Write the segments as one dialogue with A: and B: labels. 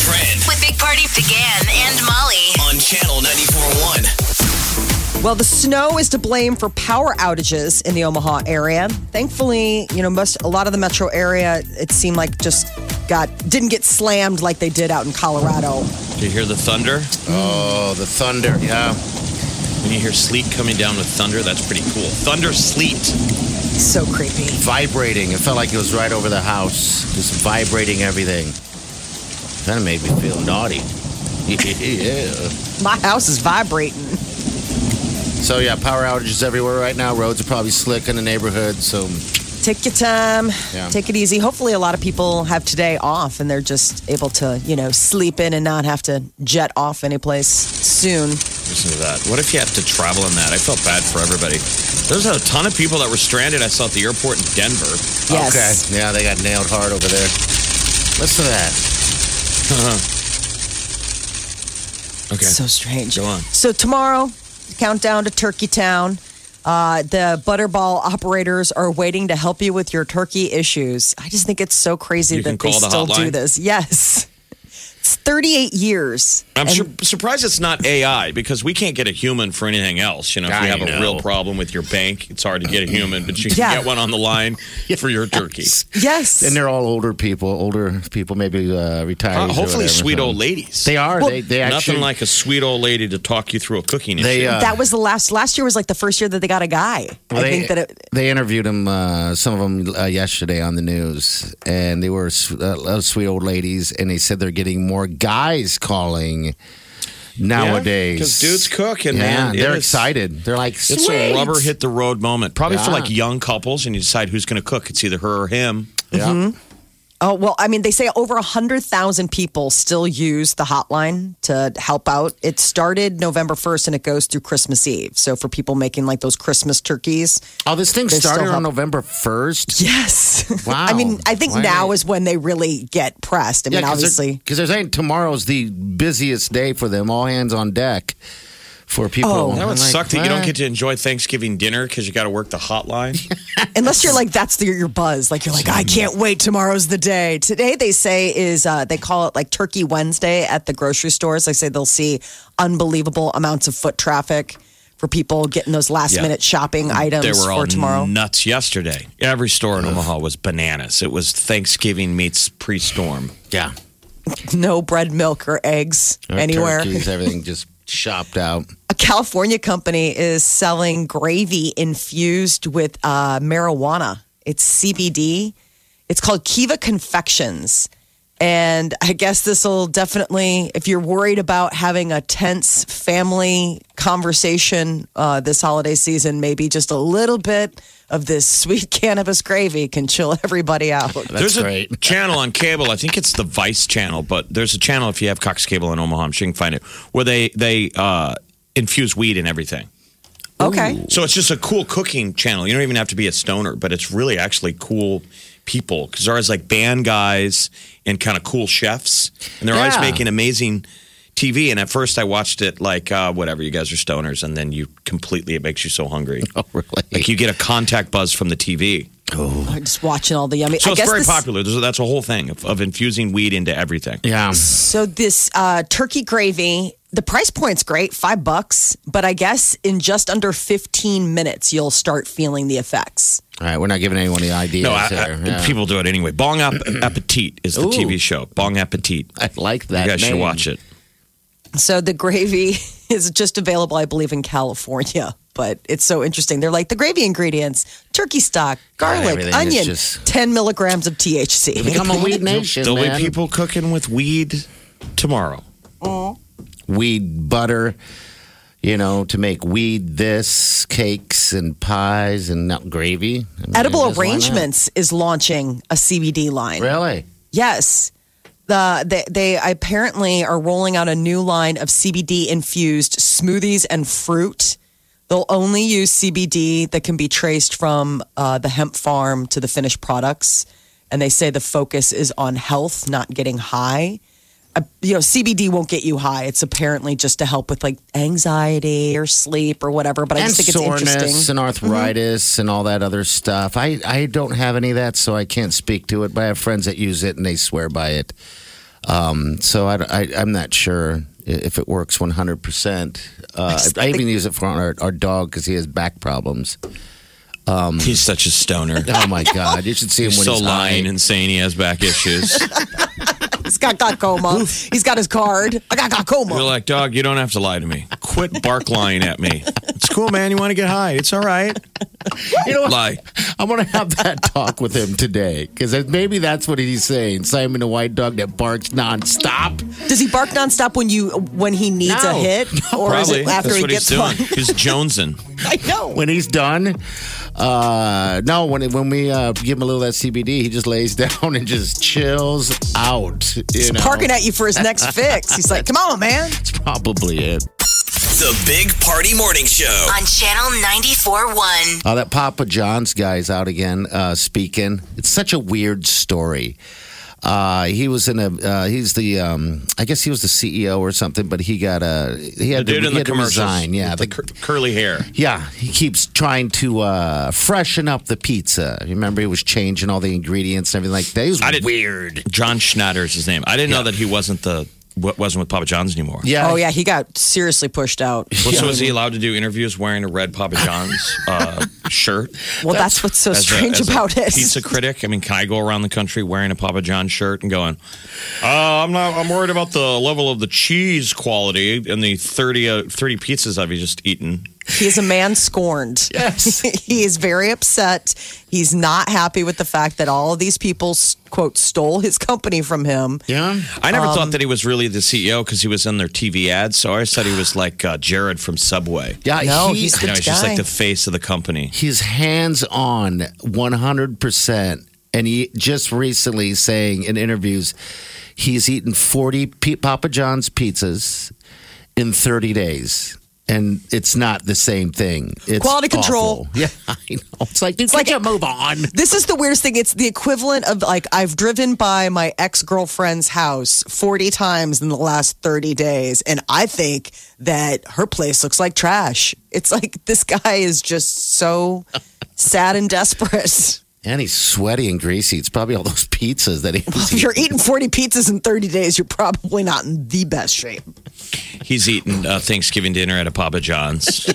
A: trend
B: with Big Party began and Molly.
A: on channel 941.
C: Well, the snow is to blame for power outages in the Omaha area. Thankfully, you know, most a lot of the metro area, it seemed like just got didn't get slammed like they did out in Colorado.
D: Do you hear the thunder?
E: Oh, the thunder. uh, Yeah.
D: When you hear sleet coming down with thunder, that's pretty cool. Thunder sleet.
C: So creepy.
E: Vibrating. It felt like it was right over the house. Just vibrating everything. Kind of made me feel naughty. yeah.
C: My house is vibrating.
E: So, yeah, power outages everywhere right now. Roads are probably slick in the neighborhood. So,
C: Take your time.
E: Yeah.
C: Take it easy. Hopefully a lot of people have today off and they're just able to, you know, sleep in and not have to jet off anyplace soon.
D: Listen to that. What if you have to travel in that? I felt bad for everybody. There's a ton of people that were stranded. I saw at the airport in Denver.
C: Yes.
E: okay. Yeah, they got nailed hard over there. Listen to that.
D: Okay.
C: So strange.
D: Go on.
C: So tomorrow, countdown to Turkey Town. Uh, the Butterball operators are waiting to help you with your turkey issues. I just think it's so crazy
D: You
C: that
D: can
C: they
D: call the
C: still do
D: hotline?
C: this. Yes. It's 38 years.
D: I'm
C: And
D: sur- surprised it's not AI because we can't get a human for anything else. You know, if you
E: I
D: have
E: know.
D: a real problem with your bank, it's hard to get a human, but you can
C: Yeah.
D: get one on the line for your turkey.
C: Yes.
E: And they're all older people, older people, maybe uh, retired.
D: Uh, hopefully, sweet old ladies.
E: They are.
C: Well,
E: they, they actually.
D: Nothing like a sweet old lady to talk you through a cooking issue.
E: They, uh,
C: that was the last, last year was like the first year that they got a guy. I
E: they,
C: think that it,
E: they interviewed him, uh, some of them uh, yesterday on the news, and they were s- uh, uh, sweet old ladies, and they said they're getting more guys calling nowadays.
D: because dudes cooking,
E: yeah,
D: man. It
E: they're
D: is-
E: excited. They're like,
D: It's
E: "Sweet."
D: a rubber hit the road moment. Probably for
E: Yeah.
D: like young couples, and you decide who's going to cook. It's either her or him.
E: Yeah.
D: Mm-hmm.
C: oh, well, I mean, they say over 100,000 people still use the hotline to help out. It started November 1st and it goes through Christmas Eve. So for people making like those Christmas turkeys,
E: Oh, this thing
C: They still
E: started on
C: have-
E: November first.
C: Yes.
E: Wow.
C: I mean, I think
E: Why
C: now
E: not?
C: is when they really get pressed. I mean, obviously.
E: because they're saying tomorrow's the busiest day for them. All hands on deck for people.
C: Oh.
D: That
E: I'm
D: would
E: like,
D: suck that you don't
E: "What?"
D: get to enjoy Thanksgiving dinner because you got to work the hotline.
C: Unless you're like, that's the, your buzz. Like, you're like, I can't wait. Tomorrow's the day. Today, they say, is uh, they call it like Turkey Wednesday at the grocery stores. They say they'll see unbelievable amounts of foot traffic for people getting those last
D: Yeah.
C: minute shopping items
D: they were all
C: for tomorrow.
D: nuts yesterday. Every store in Omaha was bananas. It was Thanksgiving meets pre-storm.
E: yeah.
C: no bread, milk, or eggs anywhere.
E: Turkeys, everything just shopped out.
C: a California company is selling gravy infused with uh, marijuana. It's CBD. It's called Kiva Confections. And I guess this will definitely, if you're worried about having a tense family conversation uh, this holiday season, maybe just a little bit of this sweet cannabis gravy can chill everybody out.
D: there's
E: great.
D: a channel on cable. I think it's the Vice channel, but there's a channel if you have Cox Cable in Omaha, I'm sure you can find it where they they uh, infuse weed in everything.
C: Okay.
D: So it's just a cool cooking channel. You don't even have to be a stoner, but it's really actually cool people because they're always like band guys and kind of cool chefs, and they're always
E: Yeah.
D: making amazing TV. And at first, I watched it like uh, whatever. You guys are stoners, and then you completely it makes you so hungry.
E: Oh, really?
D: Like you get a contact buzz from the TV.
C: I'm just watching all the yummy.
D: So
C: I
D: it's
C: guess
D: very
C: this-
D: popular. There's, that's a whole thing of, of infusing weed into everything.
E: yeah.
C: So this uh, turkey gravy, the price point's great, five bucks. But I guess in just under fifteen minutes, you'll start feeling the effects.
E: All right, we're not giving anyone the ideas
D: No, I,
E: there.
D: I,
E: Yeah.
D: people do it anyway. Bong App- Appetit is the
E: Ooh.
D: TV show. Bong Appetit.
E: I like that.
D: you guys should
E: name.
D: watch it.
C: So the gravy is just available, I believe, in California. But it's so interesting. They're like the gravy ingredients: turkey stock, garlic,
E: everything is
C: onion,
E: just-
C: ten milligrams of THC.
E: Become a weed nation,
D: There'll
E: man.
D: be people cooking with weed tomorrow.
E: Weed butter, you know, to make weed this, cakes and pies and not gravy. I mean,
C: Edible
E: just why not?
C: Arrangements is launching a CBD line.
E: Really?
C: Yes. the they, they apparently are rolling out a new line of CBD infused smoothies and fruit. They'll only use CBD that can be traced from uh, the hemp farm to the finished products, and they say the focus is on health, not getting high. Uh, you know, CBD won't get you high. It's apparently just to help with like anxiety or sleep or whatever. But I
E: and
C: just think it's
E: soreness
C: interesting. Mm-hmm.
E: and arthritis and all that other stuff. I, I don't have any of that, so I can't speak to it. But I have friends that use it and they swear by it. Um, so I, am not sure i- if it works 100. percent uh, I, I even use it for our, our dog because he has back problems.
D: He's such a stoner.
E: Oh my god, you should see him
D: He's
E: when
D: so
E: he's
D: lying
E: high.
D: and saying he has back issues.
C: He's got glaucoma. He's got his card. I got glaucoma.
D: You're like, dog, you don't have to lie to me. Quit bark lying at me. It's cool, man. You want to get high. It's all right.
E: You know what?
D: Lie.
E: I want to have that talk with him today because maybe that's what he's saying. Simon the white dog that barks nonstop.
C: Does he bark nonstop when you when he needs a
E: No.
C: hit, or is
D: Probably.
C: it after
D: That's
C: he
D: what
C: gets
D: he's
C: one?
D: doing. He's jonesing.
C: I know.
E: when he's done. Uh, no, when when we uh, give him a little of that CBD, he just lays down and just chills out. You
C: He's
E: know?
C: parking at you for his next fix. He's like, "Come on, man."
E: That's probably it.
A: The Big Party Morning Show.
B: on Channel 94.1.
E: Uh, that Papa John's guy's out again uh, speaking. It's such a weird story. Uh, he was in a. Uh, he's the. Um, I guess he was the CEO or something, but he got a. He
D: The
E: had
D: dude
E: to,
D: in
E: he
D: the
E: had to
D: commercials.
E: resign. Yeah,
D: with the,
E: the-
D: cur- curly hair.
E: Yeah, he keeps trying to uh, freshen up the pizza. Remember, he was changing all the ingredients and everything like that. He was
D: I didn't-
E: weird.
D: John Schnatter is his name. I didn't know that he wasn't the wa- wasn't with Papa John's anymore.
E: Yeah.
C: Oh yeah, he got seriously pushed out.
D: Well, so is he allowed to do interviews wearing a red Papa John's uh, shirt?
C: Well, that's, what's so
D: As a-
C: strange
D: as a
C: about it.
D: Pizza critic. I mean, can I go around the country wearing a Papa John shirt and going, uh, I'm not. I'm worried about the level of the cheese quality and the 30, uh, 30 pizzas I've just eaten.
C: He is a man scorned.
E: Yes.
C: he is very upset. He's not happy with the fact that all of these people quote stole his company from him.
E: Yeah.
D: I never
C: Um,
D: thought that he was really the CEO because he was in their TV ads. So I always thought he was like uh, Jared from Subway.
E: Yeah,
C: No,
E: he-
C: he's
D: You know,
C: Good
D: he's just like
C: guy.
D: the face of the company.
E: he's hands on 100%. And he just recently saying in interviews, he's eaten 40 P- Papa John's pizzas in 30 days. And it's not the same thing. It's
C: Quality control.
E: awful. Yeah, I know. It's like, it's
C: like-
E: like, move on.
C: This is the weirdest thing. It's the equivalent of like I've driven by my ex girlfriend's house 40 times in the last 30 days, and I think that her place looks like trash. It's like this guy is just so sad and desperate.
E: And he's sweaty and greasy. It's probably all those pizzas that he was
C: If you're eating 40 pizzas in 30 days, you're probably not in the best shape.
D: He's eating uh, Thanksgiving dinner at a Papa John's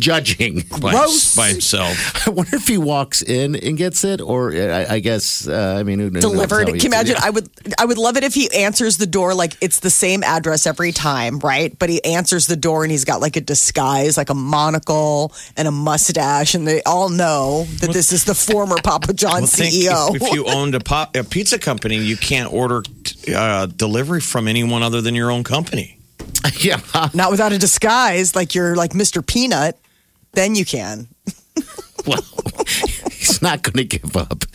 E: judging.
D: by,
C: Gross.
D: by himself.
E: I wonder if he walks in and gets it, or uh, I, I guess, uh, I mean, who knows how
C: Delivered.
E: he
C: Can
E: eats
C: you
E: it?
C: imagine? I would I would love it if he answers the door like it's the same address every time, right? But he answers the door and he's got like a disguise, like a monocle and a mustache, and they all know that this is the former Papa John E
D: Well, think
E: E
C: CEO.
D: If, if you owned a, pop, a pizza company, you can't order uh, delivery from anyone other than your own company.
E: yeah.
C: Not without a disguise, like you're like Mr. Peanut, then you can.
E: well, he's not going to give up.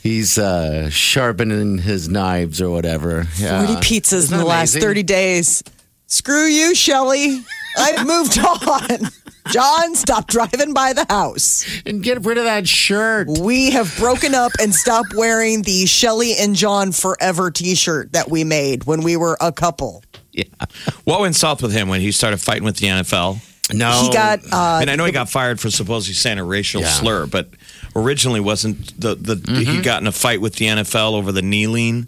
E: He's uh, sharpening his knives or whatever. Yeah.
C: 40 pizzas
E: Uh, Isn't
C: in the
E: that
C: last
E: amazing?
C: 30 days. Screw you, Shelly. I've moved on. John, stop driving by the house.
E: And get rid of that shirt.
C: We have broken up and stopped wearing the Shelly and John Forever t shirt that we made when we were a couple.
D: What went south with him when he started fighting with the NFL?
E: No.
C: He got, uh,
D: and I know he got fired for supposedly saying a racial
E: Yeah.
D: slur, but originally wasn't the the he
E: Mm-hmm.
D: got in a fight with the NFL over the kneeling,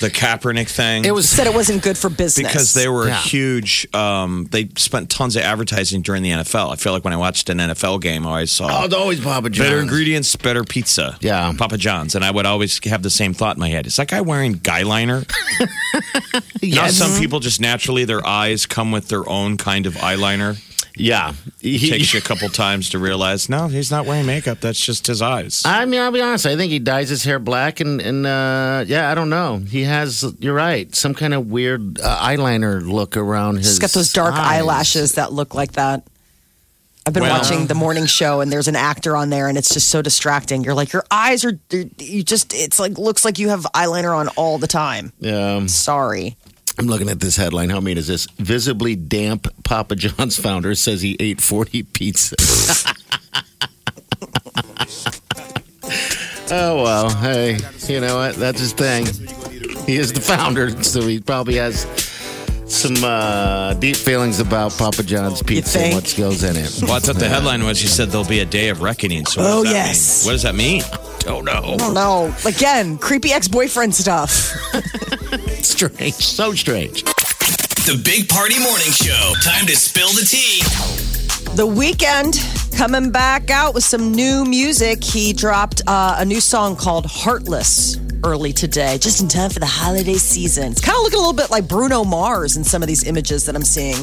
D: the Kaepernick thing.
E: It was.
C: said it wasn't good for business.
D: because they were
E: Yeah.
D: huge. Um, they spent tons of advertising during the NFL. I feel like when I watched an NFL game, I always
E: Oh,
D: saw
E: it's always Papa John's.
D: better ingredients, better pizza.
E: Yeah.
D: Papa John's, and I would always have the same thought in my head: Is that guy wearing guy liner? You know how
E: Yes.
D: some people just naturally their eyes come with their own kind of eyeliner.
E: Yeah. He-
D: Takes you a couple times to realize no, he's not wearing makeup. That's just his eyes.
E: I mean, I'll be honest. I think he dyes his hair black, and and uh, yeah, I don't know. He has. You're right. Some kind of weird uh, eyeliner look around his.
C: He's got those dark
E: eyes.
C: eyelashes that look like that. I've been
D: Well-
C: watching the morning show, and there's an actor on there, and it's just so distracting. You're like, your eyes are, you just, it's like, looks like you have eyeliner on all the time.
E: Um,
C: Sorry.
E: I'm looking at this headline. How mean is this? Visibly damp Papa John's founder says he ate 40 pizzas. oh, well. Hey, you know what? That's his thing. He is the founder, so he probably has some uh, deep feelings about Papa John's pizza and
C: think?
E: what goes in it.
D: Well, I thought the headline was she said there'll be a day of reckoning. So what
C: Oh,
D: does that
C: yes.
D: mean? What does that mean? Don't know.
C: No, again, creepy ex boyfriend stuff.
E: Strange. So strange.
A: The Big Party Morning Show. Time to spill the tea.
C: The weekend coming back out with some new music. He dropped uh, a new song called Heartless early today, just in time for the holiday season. It's kind of looking a little bit like Bruno Mars in some of these images that I'm seeing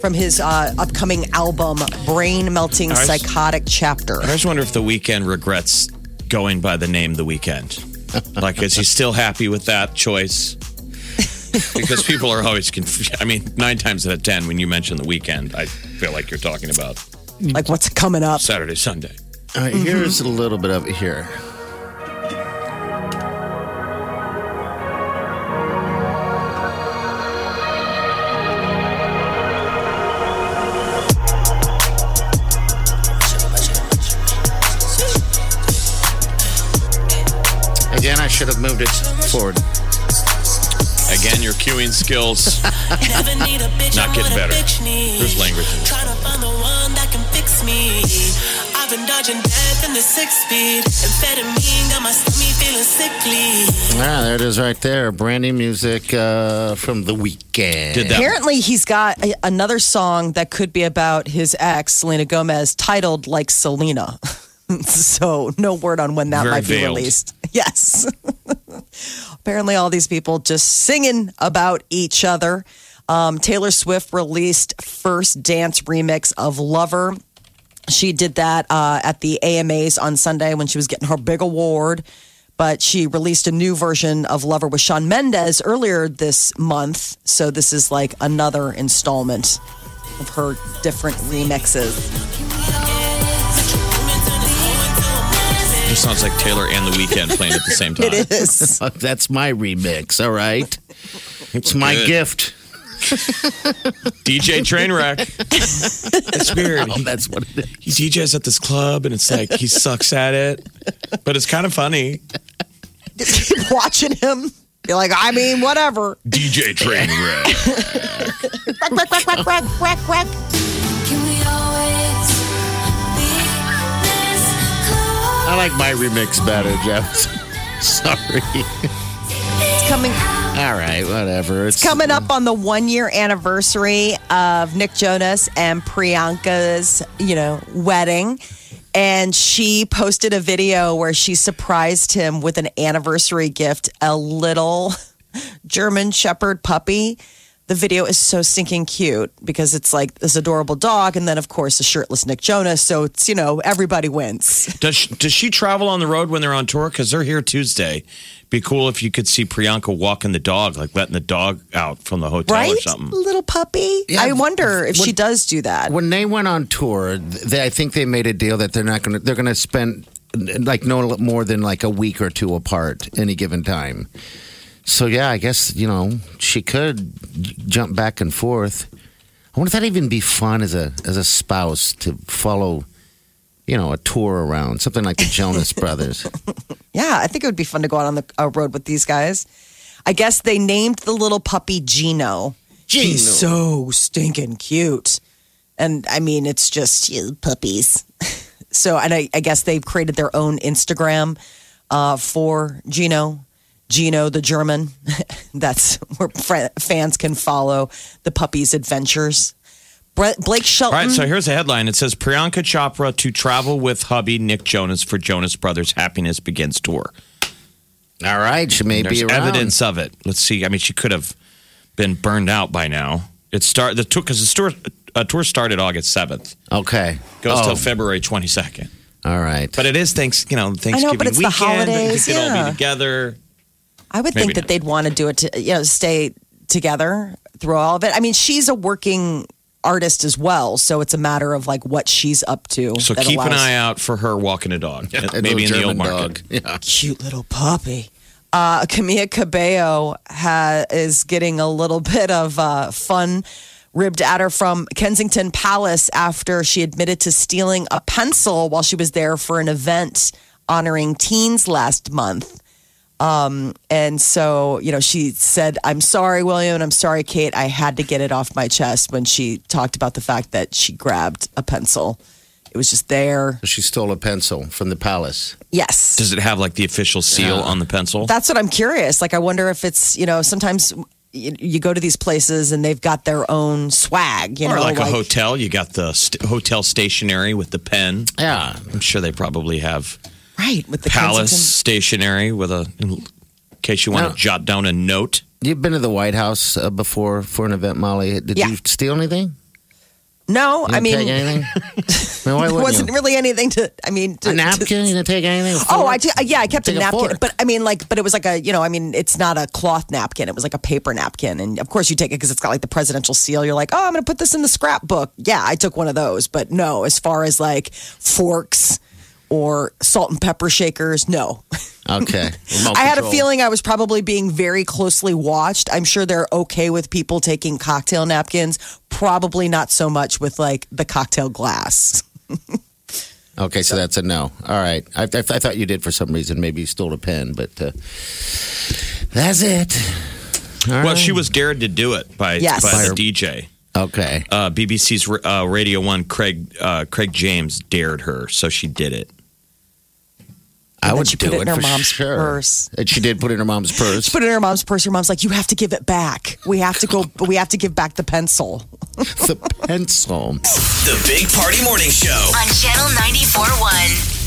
C: from his uh, upcoming album, Brain Melting
D: I s-
C: Psychotic Chapter.
D: I just wonder if The weekend regrets going by the name The weekend. Like, is he still happy with that choice? Because people are always confused. I mean, nine times out of ten, when you mention The weekend, I feel like you're talking about
C: Like, what's coming up?
D: Saturday, Sunday. Mm-hmm.
E: All right, here's a little bit of it here. Again, I should have moved it forward.
D: Again, your queuing skills.
F: Not getting better.
D: There's language.
F: Trying to find the one that can fix me. I've been dodging death in the six speed. Amphetamine got my stomach feeling sickly.
E: Ah, there it is right there. Brand new music uh, from the weekend.
D: Did that
C: Apparently, he's got a- another song that could be about his ex, Selena Gomez, titled like Selena. so, no word on when that
D: Very
C: might be
D: veiled.
C: released. Yes. Apparently, all these people just singing about each other. Um, Taylor Swift released first dance remix of Lover. She did that uh, at the AMAs on Sunday when she was getting her big award. But she released a new version of Lover with Sean Mendez earlier this month. So this is like another installment of her different remixes.
D: just sounds like Taylor and The weekend playing at the same time.
C: It is.
E: Fuck, that's my remix, all right? It's my
D: Good.
E: gift.
D: DJ Trainwreck. it's weird.
E: Oh, that's what it is.
D: he DJs at this club and it's like he sucks at it, but it's kind of funny.
C: Just keep watching him. You're like, I mean, whatever.
D: DJ train wreck.
C: Quack, quack, quack, quack, quack, quack, quack.
E: I like my remix better, Jeff. Sorry.
C: It's coming
E: All right, whatever. It's,
C: coming up on the one year anniversary of Nick Jonas and Priyanka's, you know, wedding. And she posted a video where she surprised him with an anniversary gift, a little German Shepherd puppy. The video is so stinking cute because it's like this adorable dog, and then of course the shirtless Nick Jonas. So it's you know everybody wins.
D: Does she, does she travel on the road when they're on tour? Because they're here Tuesday. Be cool if you could see Priyanka walking the dog, like letting the dog out from the hotel or
C: Right,
D: something.
C: little puppy.
E: Yeah,
C: I wonder if
E: what-
C: she does do that.
E: when they went on tour, they, I think they made a deal that they're not going to they're going to spend like no more than like a week or two apart any given time. So yeah, I guess you know she could j- jump back and forth. I wonder if that'd even be fun as a as a spouse to follow, you know, a tour around something like the Jonas Brothers.
C: Yeah, I think it would be fun to go out on the uh, road with these guys. I guess they named the little puppy Gino. He's so stinking cute. And I mean, it's just you know, puppies. so, and I, I guess they've created their own Instagram uh, for Gino. Gino the German. That's where fr- fans can follow the puppy's adventures. Bre- Blake
D: All
C: Shelton.
D: right, so here's a headline. It says Priyanka Chopra to travel with hubby Nick Jonas for Jonas Brothers Happiness Begins tour.
E: All right, she may
D: There's
E: be around.
D: evidence of it. Let's see. I mean, she could have been burned out by now. It start the tour because the tour, uh, tour started August seventh,
E: Okay,
D: goes
E: Oh,
D: till February twenty second.
E: all right.
D: But it is thanks, you know, Thanksgiving
C: but it's the
D: weekend.
C: holidays,
D: We could all
C: yeah.
D: be together.
C: I would
D: Maybe
C: think that
D: not.
C: they'd want to do it to you know stay together through all of it. I mean, she's a working artist as well. So it's a matter of like what she's up to.
D: So
C: that
D: keep an
C: allows-
D: eye out for her walking a dog,
E: That
D: maybe in
E: little
D: the old
E: German
D: market.
E: dog. Yeah.
C: cute little puppy. Uh, Camilla Cabello ha- is getting a little bit of uh, fun ribbed at her from Kensington Palace after she admitted to stealing a pencil while she was there for an event honoring teens last month. Um, and so, you know, she said, I'm sorry, William, and I'm sorry, Kate. I had to get it off my chest when she talked about the fact that she grabbed a pencil. It was just there.
E: She stole a pencil from the palace.
C: Yes.
D: Does it have like the official seal on the pencil?
C: That's what I'm curious. Like, I wonder if it's you know sometimes you, you go to these places and they've got their own swag. You
D: or
C: know,
D: like, a hotel, you got the st- hotel stationery with the pen.
E: Yeah.
D: I'm sure they probably have
C: right with the
D: palace
C: Kensington-
D: stationery with a, in case you want
E: No.
D: to jot down a note.
E: You've been to the White House uh, before for an event, Molly. Did
C: Yeah.
E: you steal anything?
C: No,
E: You
C: I
E: didn't take
C: mean,
E: anything? I mean, why
C: there
E: wouldn't
C: wasn't
E: you?
C: really anything to. I mean, to,
E: a napkin? You didn't take anything? A
C: Oh,
E: fork?
C: I t- yeah, I kept a
E: Take a
C: napkin,
E: fork.
C: but I mean, like, but it was like a you know, I mean, it's not a cloth napkin; it was like a paper napkin, and of course, you take it because it's got like the presidential seal. You're like, oh, I'm going to put this in the scrapbook. Yeah, I took one of those, but no, as far as like forks or salt and pepper shakers, no.
E: Okay. Remote
C: I had a
E: control.
C: feeling I was probably being very closely watched. I'm sure they're okay with people taking cocktail napkins, probably not so much with like the cocktail glass.
E: Okay, so that's a no. All right. I, I, I thought you did for some reason. Maybe you stole a pen, but uh, that's it. All
D: Well,
E: right.
D: she was dared to do it by,
C: Yes.
D: by the
E: By her-
D: DJ.
E: Okay.
D: Uh, BBC's uh, Radio One, Craig uh, Craig James dared her, so she did it.
E: I
C: then
E: would
C: she
E: do
C: put it in her
E: for
C: mom's
E: sure.
C: purse.
E: And she did put it in her mom's purse.
C: Put it in her mom's purse. Her mom's like, "You have to give it back. We have to go. We have to give back the pencil."
E: the pencil.
A: The Big Party Morning Show.
B: on Channel 94.1.